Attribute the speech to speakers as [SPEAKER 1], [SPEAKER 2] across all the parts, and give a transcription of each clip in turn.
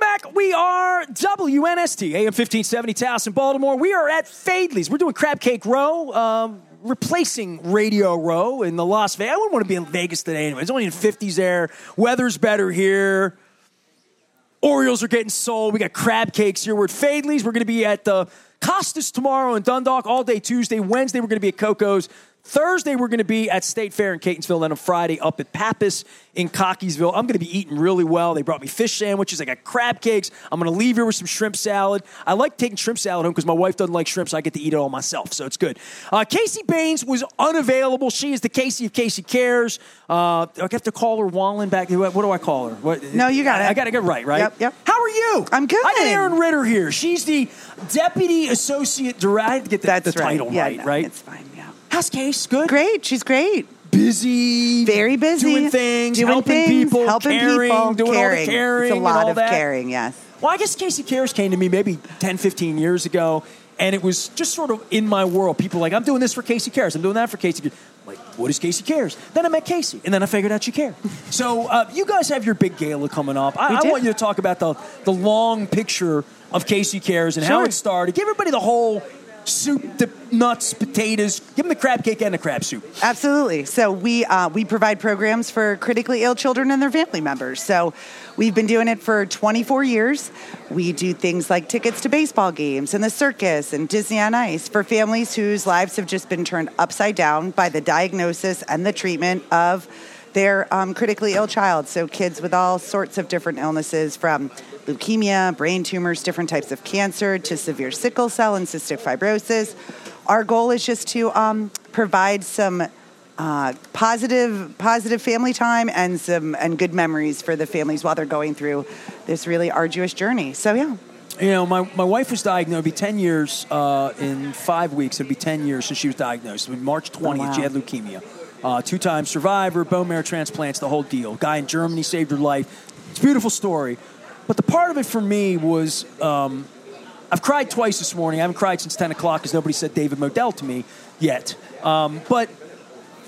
[SPEAKER 1] back. We are WNST, AM 1570 Taos in Baltimore. We are at Fadley's. We're doing Crab Cake Row, um, replacing Radio Row in the Las Vegas. I wouldn't want to be in Vegas today anyway. It's only in 50s there. Weather's better here. Orioles are getting sold. We got crab cakes here. We're at Fadley's. We're going to be at the Costas tomorrow in Dundalk all day Tuesday. Wednesday, we're going to be at Coco's. Thursday, we're going to be at State Fair in Catonsville. Then on Friday, up at Pappas in Cockeysville. I'm going to be eating really well. They brought me fish sandwiches. I got crab cakes. I'm going to leave here with some shrimp salad. I like taking shrimp salad home because my wife doesn't like shrimp, so I get to eat it all myself. So it's good. Uh, Casey Baines was unavailable. She is the Casey of Casey Cares. Uh, do I have to call her Wallen back. What, what do I call her? What,
[SPEAKER 2] No, you got it.
[SPEAKER 1] I got to get right, right?
[SPEAKER 2] Yep, yep.
[SPEAKER 1] How are you?
[SPEAKER 2] I'm good.
[SPEAKER 1] I got Aaron Ritter here. She's the deputy associate director. I had to get the,
[SPEAKER 2] That's
[SPEAKER 1] the
[SPEAKER 2] right.
[SPEAKER 1] title
[SPEAKER 2] Yeah,
[SPEAKER 1] right,
[SPEAKER 2] no,
[SPEAKER 1] right?
[SPEAKER 2] It's fine. Yeah.
[SPEAKER 1] How's Case? Good.
[SPEAKER 2] Great. She's great.
[SPEAKER 1] Busy.
[SPEAKER 2] Very busy.
[SPEAKER 1] Doing things,
[SPEAKER 2] Doing
[SPEAKER 1] helping
[SPEAKER 2] things,
[SPEAKER 1] people,
[SPEAKER 2] helping
[SPEAKER 1] caring,
[SPEAKER 2] people,
[SPEAKER 1] doing all the
[SPEAKER 2] caring.
[SPEAKER 1] caring
[SPEAKER 2] It's a
[SPEAKER 1] and
[SPEAKER 2] lot
[SPEAKER 1] all
[SPEAKER 2] of
[SPEAKER 1] that.
[SPEAKER 2] caring. Yes.
[SPEAKER 1] Well, I guess Casey Cares came to me maybe 10, 15 years ago, and it was just sort of in my world. People like, I'm doing this for Casey Cares. I'm doing that for Casey Cares. I'm like, what is Casey Cares? Then I met Casey, and then I figured out she cared. so uh, you guys have your big gala coming up.
[SPEAKER 2] We
[SPEAKER 1] I, I
[SPEAKER 2] do.
[SPEAKER 1] want you to talk about the, the long picture of Casey Cares and how
[SPEAKER 2] Sure.
[SPEAKER 1] it started. Give everybody the whole soup, the nuts, potatoes. Give them the crab cake and the crab soup.
[SPEAKER 2] Absolutely. So we uh, we provide programs for critically ill children and their family members. So we've been doing it for 24 years. We do things like tickets to baseball games and the circus and Disney on Ice for families whose lives have just been turned upside down by the diagnosis and the treatment of their um, critically ill child. So kids with all sorts of different illnesses from leukemia, brain tumors, different types of cancer to severe sickle cell and cystic fibrosis. Our goal is just to um, provide some uh, positive positive family time and some and good memories for the families while they're going through this really arduous journey. So yeah,
[SPEAKER 1] You know, my, my wife was diagnosed. It'd be 10 years uh, in five weeks. It'd be 10 years since she was diagnosed. It'd be March 20th,
[SPEAKER 2] wow.
[SPEAKER 1] she had leukemia. Uh, Two time survivor, bone marrow transplants, the whole deal. Guy in Germany saved her life. It's a beautiful story. But the part of it for me was um, I've cried twice this morning. I haven't cried since 10 o'clock because nobody said David Modell to me yet. Um, but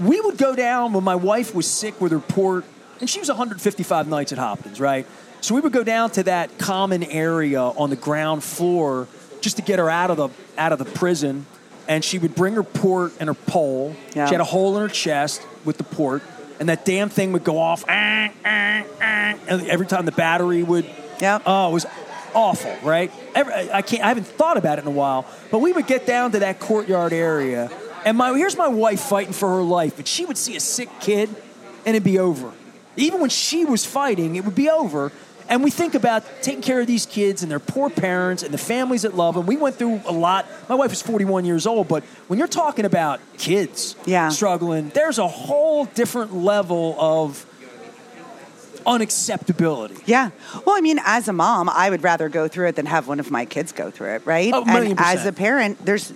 [SPEAKER 1] we would go down when my wife was sick with her port, and she was 155 nights at Hopkins, right? So we would go down to that common area on the ground floor just to get her out of the out of the prison, and she would bring her port and her pole.
[SPEAKER 2] Yeah.
[SPEAKER 1] She had a hole in her chest with the port, and that damn thing would go off, "Ah, ah, ah," and every time the battery would
[SPEAKER 2] yeah.
[SPEAKER 1] Oh, it was awful, right? Every, I can't. I haven't thought about it in a while. But we would get down to that courtyard area, and my here's my wife fighting for her life, but she would see a sick kid, and it'd be over. Even when she was fighting, it would be over. And we think about taking care of these kids and their poor parents and the families that love them. We went through a lot. My wife is 41 years old, but when you're talking about kids
[SPEAKER 2] Yeah.
[SPEAKER 1] struggling, there's a whole different level of unacceptability.
[SPEAKER 2] Yeah. Well, I mean, as a mom, I would rather go through it than have one of my kids go through it, right?
[SPEAKER 1] Oh, million
[SPEAKER 2] and
[SPEAKER 1] percent.
[SPEAKER 2] as a parent, there's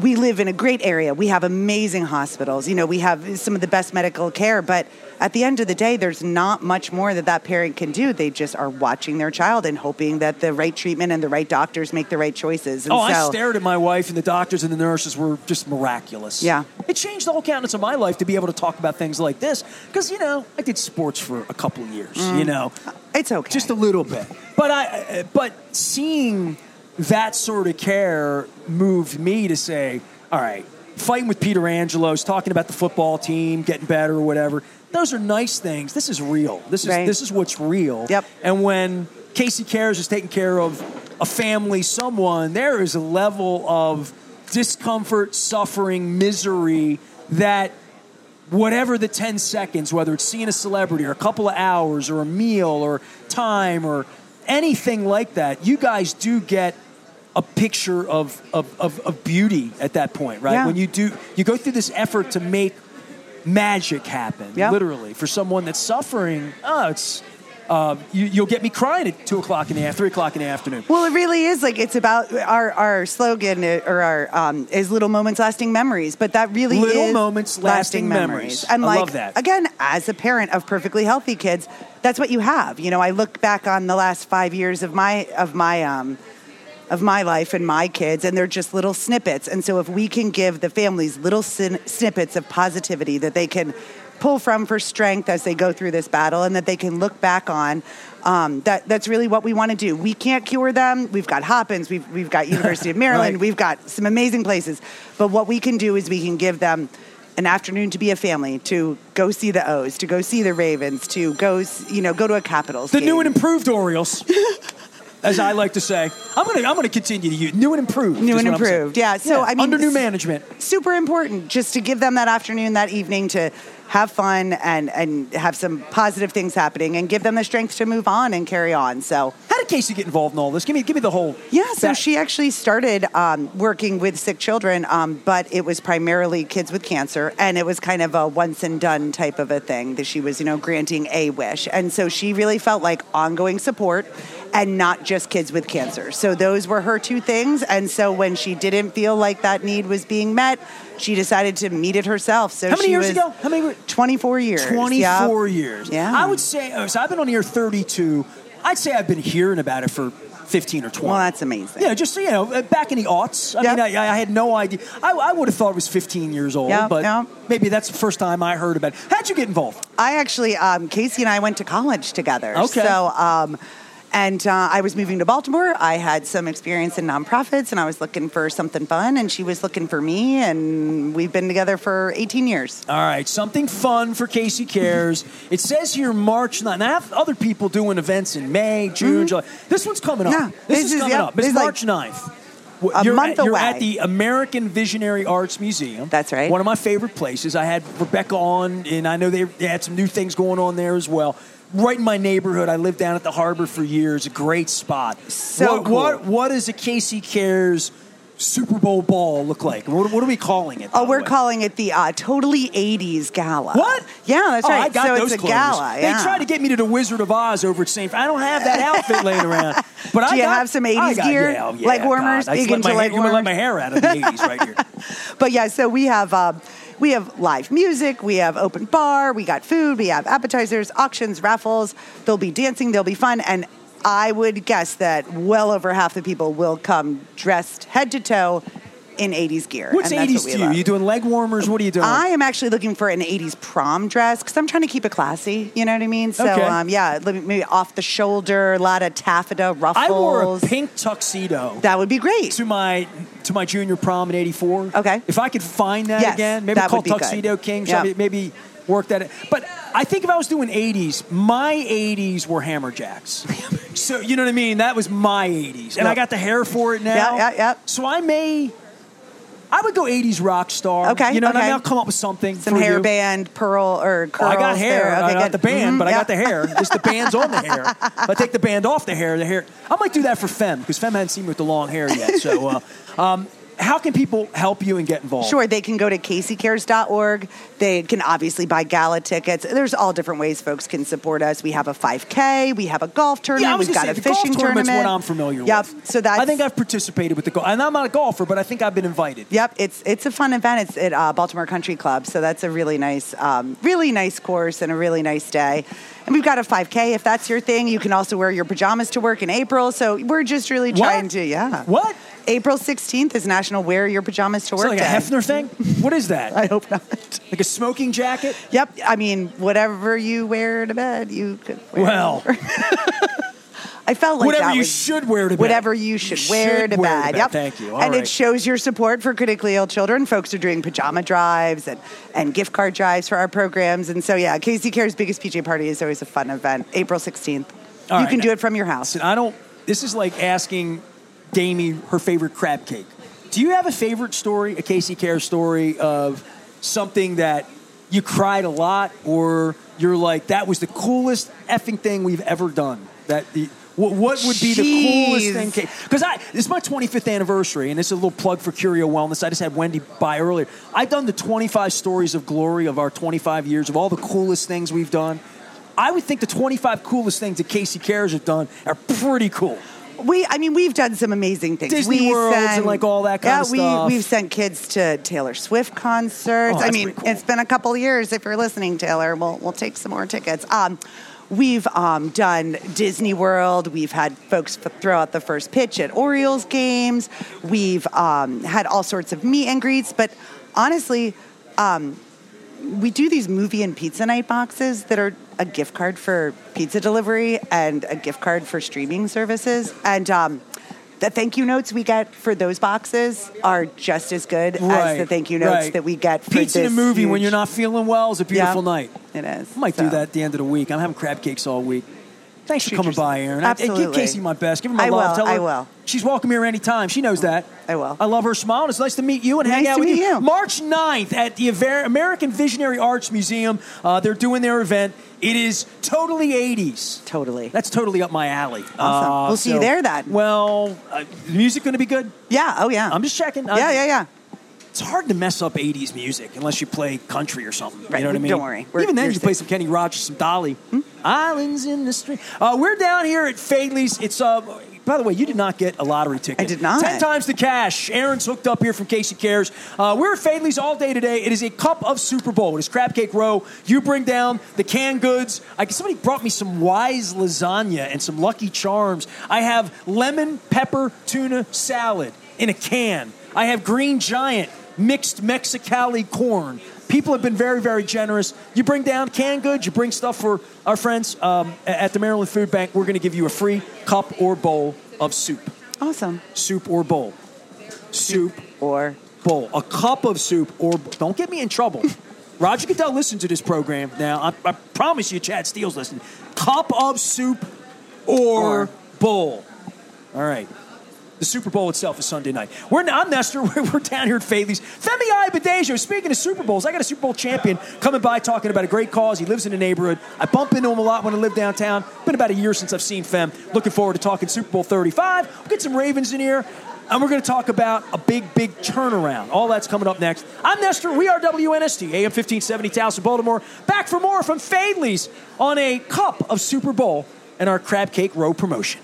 [SPEAKER 2] we live in a great area. We have amazing hospitals. You know, we have some of the best medical care, but at the end of the day, there's not much more that that parent can do. They just are watching their child and hoping that the right treatment and the right doctors make the right choices. And
[SPEAKER 1] Oh, I
[SPEAKER 2] so-
[SPEAKER 1] stared at my wife, and the doctors and the nurses were just miraculous.
[SPEAKER 2] Yeah.
[SPEAKER 1] It changed the whole countenance of my life to be able to talk about things like this because, you know, I did sports for a couple of years, you know,
[SPEAKER 2] It's okay.
[SPEAKER 1] just a little bit. But I, uh, but seeing that sort of care moved me to say, all right, fighting with Peter Angelos, talking about the football team, getting better or whatever. Those are nice things. This is real. This is
[SPEAKER 2] Right.
[SPEAKER 1] this is what's real.
[SPEAKER 2] Yep.
[SPEAKER 1] And when Casey Cares is taking care of a family, someone, there is a level of discomfort, suffering, misery that whatever the 10 seconds, whether it's seeing a celebrity or a couple of hours or a meal or time or anything like that, you guys do get a picture of, of, of, of beauty at that point, right?
[SPEAKER 2] Yeah.
[SPEAKER 1] When you do, you go through this effort to make magic happen,
[SPEAKER 2] Yeah.
[SPEAKER 1] literally, for someone that's suffering. Oh, it's, uh, you, you'll get me crying at 2 o'clock in the afternoon, 3 o'clock in the afternoon.
[SPEAKER 2] Well, it really is like it's about our our slogan uh, or our um, is little moments, lasting memories. But that really
[SPEAKER 1] Little
[SPEAKER 2] is
[SPEAKER 1] moments, lasting memories.
[SPEAKER 2] And
[SPEAKER 1] I
[SPEAKER 2] like
[SPEAKER 1] love that.
[SPEAKER 2] again, as a parent of perfectly healthy kids, that's what you have. You know, I look back on the last five years of my of my um, of my life and my kids, and they're just little snippets. And so, if we can give the families little sin- snippets of positivity that they can pull from for strength as they go through this battle and that they can look back on. Um, that, that's really what we want to do. We can't cure them. We've got Hoppins, we've, we've got University of Maryland,
[SPEAKER 1] Right.
[SPEAKER 2] we've got some amazing places. But what we can do is we can give them an afternoon to be a family, to go see the O's, to go see the Ravens, to go, s- you know, go to a Capitals
[SPEAKER 1] The
[SPEAKER 2] game.
[SPEAKER 1] new and improved Orioles, as I like to say. I'm gonna I'm gonna continue to use new and improved.
[SPEAKER 2] New
[SPEAKER 1] is
[SPEAKER 2] and
[SPEAKER 1] what I'm saying.
[SPEAKER 2] improved, yeah. So, I mean,
[SPEAKER 1] under new
[SPEAKER 2] s-
[SPEAKER 1] management,
[SPEAKER 2] super important just to give them that afternoon, that evening to have fun and, and have some positive things happening and give them the strength to move on and carry on. So,
[SPEAKER 1] how did Casey get involved in all this? Give me give me the whole.
[SPEAKER 2] yeah, so
[SPEAKER 1] back-
[SPEAKER 2] she actually started um, working with sick children, um, but it was primarily kids with cancer, and it was kind of a once and done type of a thing that she was, you know, granting a wish. And so she really felt like ongoing support and not just kids with cancer. So those were her two things. And so when she didn't feel like that need was being met, she decided to meet it herself. So
[SPEAKER 1] How many
[SPEAKER 2] she
[SPEAKER 1] years
[SPEAKER 2] was
[SPEAKER 1] ago? How many?
[SPEAKER 2] 24 years. Yep.
[SPEAKER 1] 24 years.
[SPEAKER 2] Yeah.
[SPEAKER 1] I would say, uh, so I've been on here 32. I'd say I've been hearing about it for 15 or 20.
[SPEAKER 2] Well, that's amazing.
[SPEAKER 1] yeah, just, you know, uh, back in the aughts. I
[SPEAKER 2] Yeah.
[SPEAKER 1] mean, I, I had no idea. I, I would have thought it was 15 years old,
[SPEAKER 2] Yeah,
[SPEAKER 1] but
[SPEAKER 2] yeah.
[SPEAKER 1] maybe that's the first time I heard about it. How'd you get involved?
[SPEAKER 2] I actually, um, Casey and I went to college together.
[SPEAKER 1] Okay.
[SPEAKER 2] So, um, and uh, I was moving to Baltimore. I had some experience in nonprofits, and I was looking for something fun, and she was looking for me, and we've been together for 18 years.
[SPEAKER 1] All right, something fun for Casey Cares. it says here March 9th. Now, I have other people doing events in May, June, July. This one's coming up.
[SPEAKER 2] Mm-hmm.
[SPEAKER 1] this,
[SPEAKER 2] Yeah, this
[SPEAKER 1] is
[SPEAKER 2] is-
[SPEAKER 1] coming
[SPEAKER 2] yeah,
[SPEAKER 1] up. It's
[SPEAKER 2] this is like
[SPEAKER 1] March 9th. W-
[SPEAKER 2] a
[SPEAKER 1] you're
[SPEAKER 2] month
[SPEAKER 1] at, You're at
[SPEAKER 2] away.
[SPEAKER 1] the American Visionary Arts Museum.
[SPEAKER 2] That's right.
[SPEAKER 1] One of my favorite places. I had Rebecca on, and I know they, they had some new things going on there as well. Right in my neighborhood. I lived down at the harbor for years. A great spot.
[SPEAKER 2] So
[SPEAKER 1] what,
[SPEAKER 2] cool.
[SPEAKER 1] what, what is a Casey Cares Super Bowl ball look like? What, what are we calling it? by
[SPEAKER 2] Oh,
[SPEAKER 1] the
[SPEAKER 2] we're
[SPEAKER 1] way?
[SPEAKER 2] calling it the uh, Totally 80s Gala.
[SPEAKER 1] What?
[SPEAKER 2] Yeah, that's
[SPEAKER 1] Oh,
[SPEAKER 2] right.
[SPEAKER 1] I got
[SPEAKER 2] so
[SPEAKER 1] those
[SPEAKER 2] it's a
[SPEAKER 1] clothes.
[SPEAKER 2] gala.
[SPEAKER 1] They
[SPEAKER 2] yeah.
[SPEAKER 1] tried to get me to the Wizard of Oz over at St. I don't have that outfit laying around. But I
[SPEAKER 2] you
[SPEAKER 1] got-
[SPEAKER 2] have some 80s
[SPEAKER 1] I got-
[SPEAKER 2] gear?
[SPEAKER 1] yeah, oh, yeah,
[SPEAKER 2] Leg warmers?
[SPEAKER 1] God. I just let
[SPEAKER 2] Big
[SPEAKER 1] my,
[SPEAKER 2] into
[SPEAKER 1] hair,
[SPEAKER 2] leg
[SPEAKER 1] you wanna let
[SPEAKER 2] warmers?
[SPEAKER 1] my hair out of the 80s right here.
[SPEAKER 2] But yeah, so we have um, we have live music, we have open bar, we got food, we have appetizers, auctions, raffles. There'll be dancing, there'll be fun, and I would guess that well over half the people will come dressed head to toe in 80s gear.
[SPEAKER 1] What's
[SPEAKER 2] and that's
[SPEAKER 1] 80s
[SPEAKER 2] what we
[SPEAKER 1] to you?
[SPEAKER 2] love.
[SPEAKER 1] You doing leg warmers? What are you doing?
[SPEAKER 2] I am actually looking for an 80s prom dress because I'm trying to keep it classy. You know what I mean? So,
[SPEAKER 1] Okay.
[SPEAKER 2] um, yeah, li- maybe off the shoulder, a lot of taffeta ruffles.
[SPEAKER 1] I wore a pink tuxedo
[SPEAKER 2] That would be great.
[SPEAKER 1] to my to my junior prom in 84.
[SPEAKER 2] Okay.
[SPEAKER 1] If I could find that
[SPEAKER 2] Yes,
[SPEAKER 1] again, maybe
[SPEAKER 2] that
[SPEAKER 1] call
[SPEAKER 2] would be good.
[SPEAKER 1] Tuxedo King,
[SPEAKER 2] Yeah.
[SPEAKER 1] somebody- maybe work that in. But I think if I was doing 80s, my 80s were Hammerjacks. so, you know what I mean? That was my 80s. And I
[SPEAKER 2] Yep.
[SPEAKER 1] got the hair for it now.
[SPEAKER 2] Yeah, yeah, yeah.
[SPEAKER 1] So I may I would go 80s rock star.
[SPEAKER 2] Okay,
[SPEAKER 1] You know, what I
[SPEAKER 2] okay.
[SPEAKER 1] mean? I'll come up with something.
[SPEAKER 2] Some
[SPEAKER 1] for
[SPEAKER 2] hair
[SPEAKER 1] you.
[SPEAKER 2] band, pearl, or
[SPEAKER 1] Oh,
[SPEAKER 2] curls.
[SPEAKER 1] I got hair.
[SPEAKER 2] There.
[SPEAKER 1] I got
[SPEAKER 2] good.
[SPEAKER 1] the band,
[SPEAKER 2] Mhm,
[SPEAKER 1] but I
[SPEAKER 2] yeah.
[SPEAKER 1] got the hair. Just the band's on the hair. If I take the band off the hair, the hair. I might do that for Fem because Fem hadn't seen me with the long hair yet. So, uh, um, how can people help you and get involved?
[SPEAKER 2] Sure, they can go to caseycares.org. They can obviously buy gala tickets. There's all different ways folks can support us. We have a 5K, we have a golf tournament,
[SPEAKER 1] Yeah, I was
[SPEAKER 2] we've
[SPEAKER 1] gonna
[SPEAKER 2] got
[SPEAKER 1] say,
[SPEAKER 2] a
[SPEAKER 1] the
[SPEAKER 2] fishing
[SPEAKER 1] golf tournament's
[SPEAKER 2] tournament.
[SPEAKER 1] what I'm familiar
[SPEAKER 2] yep.
[SPEAKER 1] with.
[SPEAKER 2] So that's
[SPEAKER 1] I think I've participated with the golf, and I'm not a golfer, but I think I've been invited.
[SPEAKER 2] Yep, it's it's a fun event. It's at uh, Baltimore Country Club, so that's a really nice, um, really nice course and a really nice day. And we've got a 5K if that's your thing. You can also wear your pajamas to work in April. So we're just really
[SPEAKER 1] What?
[SPEAKER 2] trying to, yeah.
[SPEAKER 1] What?
[SPEAKER 2] April 16th is National Wear Your Pajamas to
[SPEAKER 1] Is that
[SPEAKER 2] Work
[SPEAKER 1] like a
[SPEAKER 2] Day.
[SPEAKER 1] Hefner thing? What is that?
[SPEAKER 2] I hope not.
[SPEAKER 1] Like a smoking jacket?
[SPEAKER 2] Yep. I mean, whatever you wear to bed, you could wear.
[SPEAKER 1] Well,
[SPEAKER 2] I felt like
[SPEAKER 1] whatever
[SPEAKER 2] that
[SPEAKER 1] you
[SPEAKER 2] was
[SPEAKER 1] should wear to bed.
[SPEAKER 2] whatever you should wear
[SPEAKER 1] should
[SPEAKER 2] to
[SPEAKER 1] wear
[SPEAKER 2] bed. Yep.
[SPEAKER 1] Thank you. All
[SPEAKER 2] and
[SPEAKER 1] right.
[SPEAKER 2] it shows your support for critically ill children. Folks are doing pajama drives and, and gift card drives for our programs. And so, yeah, Casey Care's biggest PJ party is always a fun event, April 16th.
[SPEAKER 1] All
[SPEAKER 2] you
[SPEAKER 1] right.
[SPEAKER 2] can do it from your house.
[SPEAKER 1] Listen, I don't. This is like asking Damie her favorite crab cake. Do you have a favorite story, a Casey Care story of something that you cried a lot, or you're like that was the coolest effing thing we've ever done? That the, what, what would be the
[SPEAKER 2] Jeez.
[SPEAKER 1] coolest thing? Because I this is my 25th anniversary, and this is a little plug for Curio Wellness. I just had Wendy by earlier. I've done the 25 stories of glory of our 25 years of all the coolest things we've done. I would think the 25 coolest things that Casey Cares have done are pretty cool.
[SPEAKER 2] We, I mean, we've done some amazing things.
[SPEAKER 1] Disney
[SPEAKER 2] we
[SPEAKER 1] Worlds and, like, all that kind
[SPEAKER 2] yeah,
[SPEAKER 1] of
[SPEAKER 2] we,
[SPEAKER 1] stuff.
[SPEAKER 2] We've sent kids to Taylor Swift concerts.
[SPEAKER 1] Oh,
[SPEAKER 2] I
[SPEAKER 1] that's
[SPEAKER 2] mean,
[SPEAKER 1] pretty cool.
[SPEAKER 2] it's been a couple of years. If you're listening, Taylor, we'll we'll take some more tickets. Um, we've um, done Disney World. We've had folks f- throw out the first pitch at Orioles games. We've um, had all sorts of meet and greets, but honestly we do these movie and pizza night boxes that are a gift card for pizza delivery and a gift card for streaming services. And um, the thank you notes we get for those boxes are just as good
[SPEAKER 1] Right,
[SPEAKER 2] as the thank you notes
[SPEAKER 1] right.
[SPEAKER 2] that we get for
[SPEAKER 1] Pizza and a
[SPEAKER 2] this
[SPEAKER 1] movie when
[SPEAKER 2] huge-
[SPEAKER 1] you're not feeling well is a
[SPEAKER 2] Yeah,
[SPEAKER 1] beautiful night.
[SPEAKER 2] It is.
[SPEAKER 1] I might
[SPEAKER 2] So,
[SPEAKER 1] do that at the end of the week. I'm having crab cakes all week. Thanks for
[SPEAKER 2] Treat
[SPEAKER 1] coming
[SPEAKER 2] yourself.
[SPEAKER 1] by, Aaron. I, give
[SPEAKER 2] Absolutely.
[SPEAKER 1] Casey my best. Give her my
[SPEAKER 2] I
[SPEAKER 1] love.
[SPEAKER 2] will,
[SPEAKER 1] Tell her
[SPEAKER 2] I will.
[SPEAKER 1] She's welcome here anytime. She knows that.
[SPEAKER 2] I will.
[SPEAKER 1] I love her smile. and It's nice to meet you and hang
[SPEAKER 2] Nice
[SPEAKER 1] out
[SPEAKER 2] to
[SPEAKER 1] with
[SPEAKER 2] meet you.
[SPEAKER 1] March 9th at the Aver- American Visionary Arts Museum. Uh, they're doing their event. It is totally 80s.
[SPEAKER 2] Totally.
[SPEAKER 1] That's totally up my alley. Uh,
[SPEAKER 2] Awesome. We'll see you there then.
[SPEAKER 1] Well, uh, the music going to be good.
[SPEAKER 2] Yeah. Oh, yeah.
[SPEAKER 1] I'm just checking.
[SPEAKER 2] yeah, yeah, yeah.
[SPEAKER 1] It's hard to mess up 80s music unless you play country or something.
[SPEAKER 2] Right,
[SPEAKER 1] You know what I
[SPEAKER 2] don't
[SPEAKER 1] mean?
[SPEAKER 2] worry. We're-
[SPEAKER 1] Even then,
[SPEAKER 2] you're
[SPEAKER 1] you play
[SPEAKER 2] safe.
[SPEAKER 1] some Kenny Rogers, some Dolly.
[SPEAKER 2] Hmm?
[SPEAKER 1] Islands in the Stream. Uh, we're down here at Fadley's. It's, uh, by the way, you did not get a lottery ticket.
[SPEAKER 2] I did not.
[SPEAKER 1] Ten times the cash. Aaron's hooked up here from Casey Cares. Uh, we're at Fadley's all day today. It is a cup of Super Bowl. It is Crab Cake Row. You bring down the canned goods. I, somebody brought me some Wise lasagna and some Lucky Charms. I have lemon pepper tuna salad in a can. I have Green Giant mixed Mexicali corn. People have been very, very generous. You bring down canned goods, you bring stuff for our friends um, a- at the Maryland Food Bank. We're going to give you a free cup or bowl of soup
[SPEAKER 2] Awesome.
[SPEAKER 1] soup or bowl. Soup
[SPEAKER 2] Or
[SPEAKER 1] bowl. A cup of soup or don't get me in trouble. Roger Goodell listened to this program now. I, I promise you, Chad Steele's listening. Cup of soup or,
[SPEAKER 2] Or.
[SPEAKER 1] bowl. All right. The Super Bowl itself is Sunday night. We're, I'm Nestor. We're, we're down here at Fadley's. Femi Ibadejo, speaking of Super Bowls, I got a Super Bowl champion coming by talking about a great cause. He lives in the neighborhood. I bump into him a lot when I live downtown. Been about a year since I've seen Fem. Looking forward to talking Super Bowl 35. We'll get some Ravens in here. And we're going to talk about a big, big turnaround. All that's coming up next. I'm Nestor. We are WNST, AM 1570 Towson, Baltimore. Back for more from Fadley's on a cup of Super Bowl and our Crab Cake Row promotion.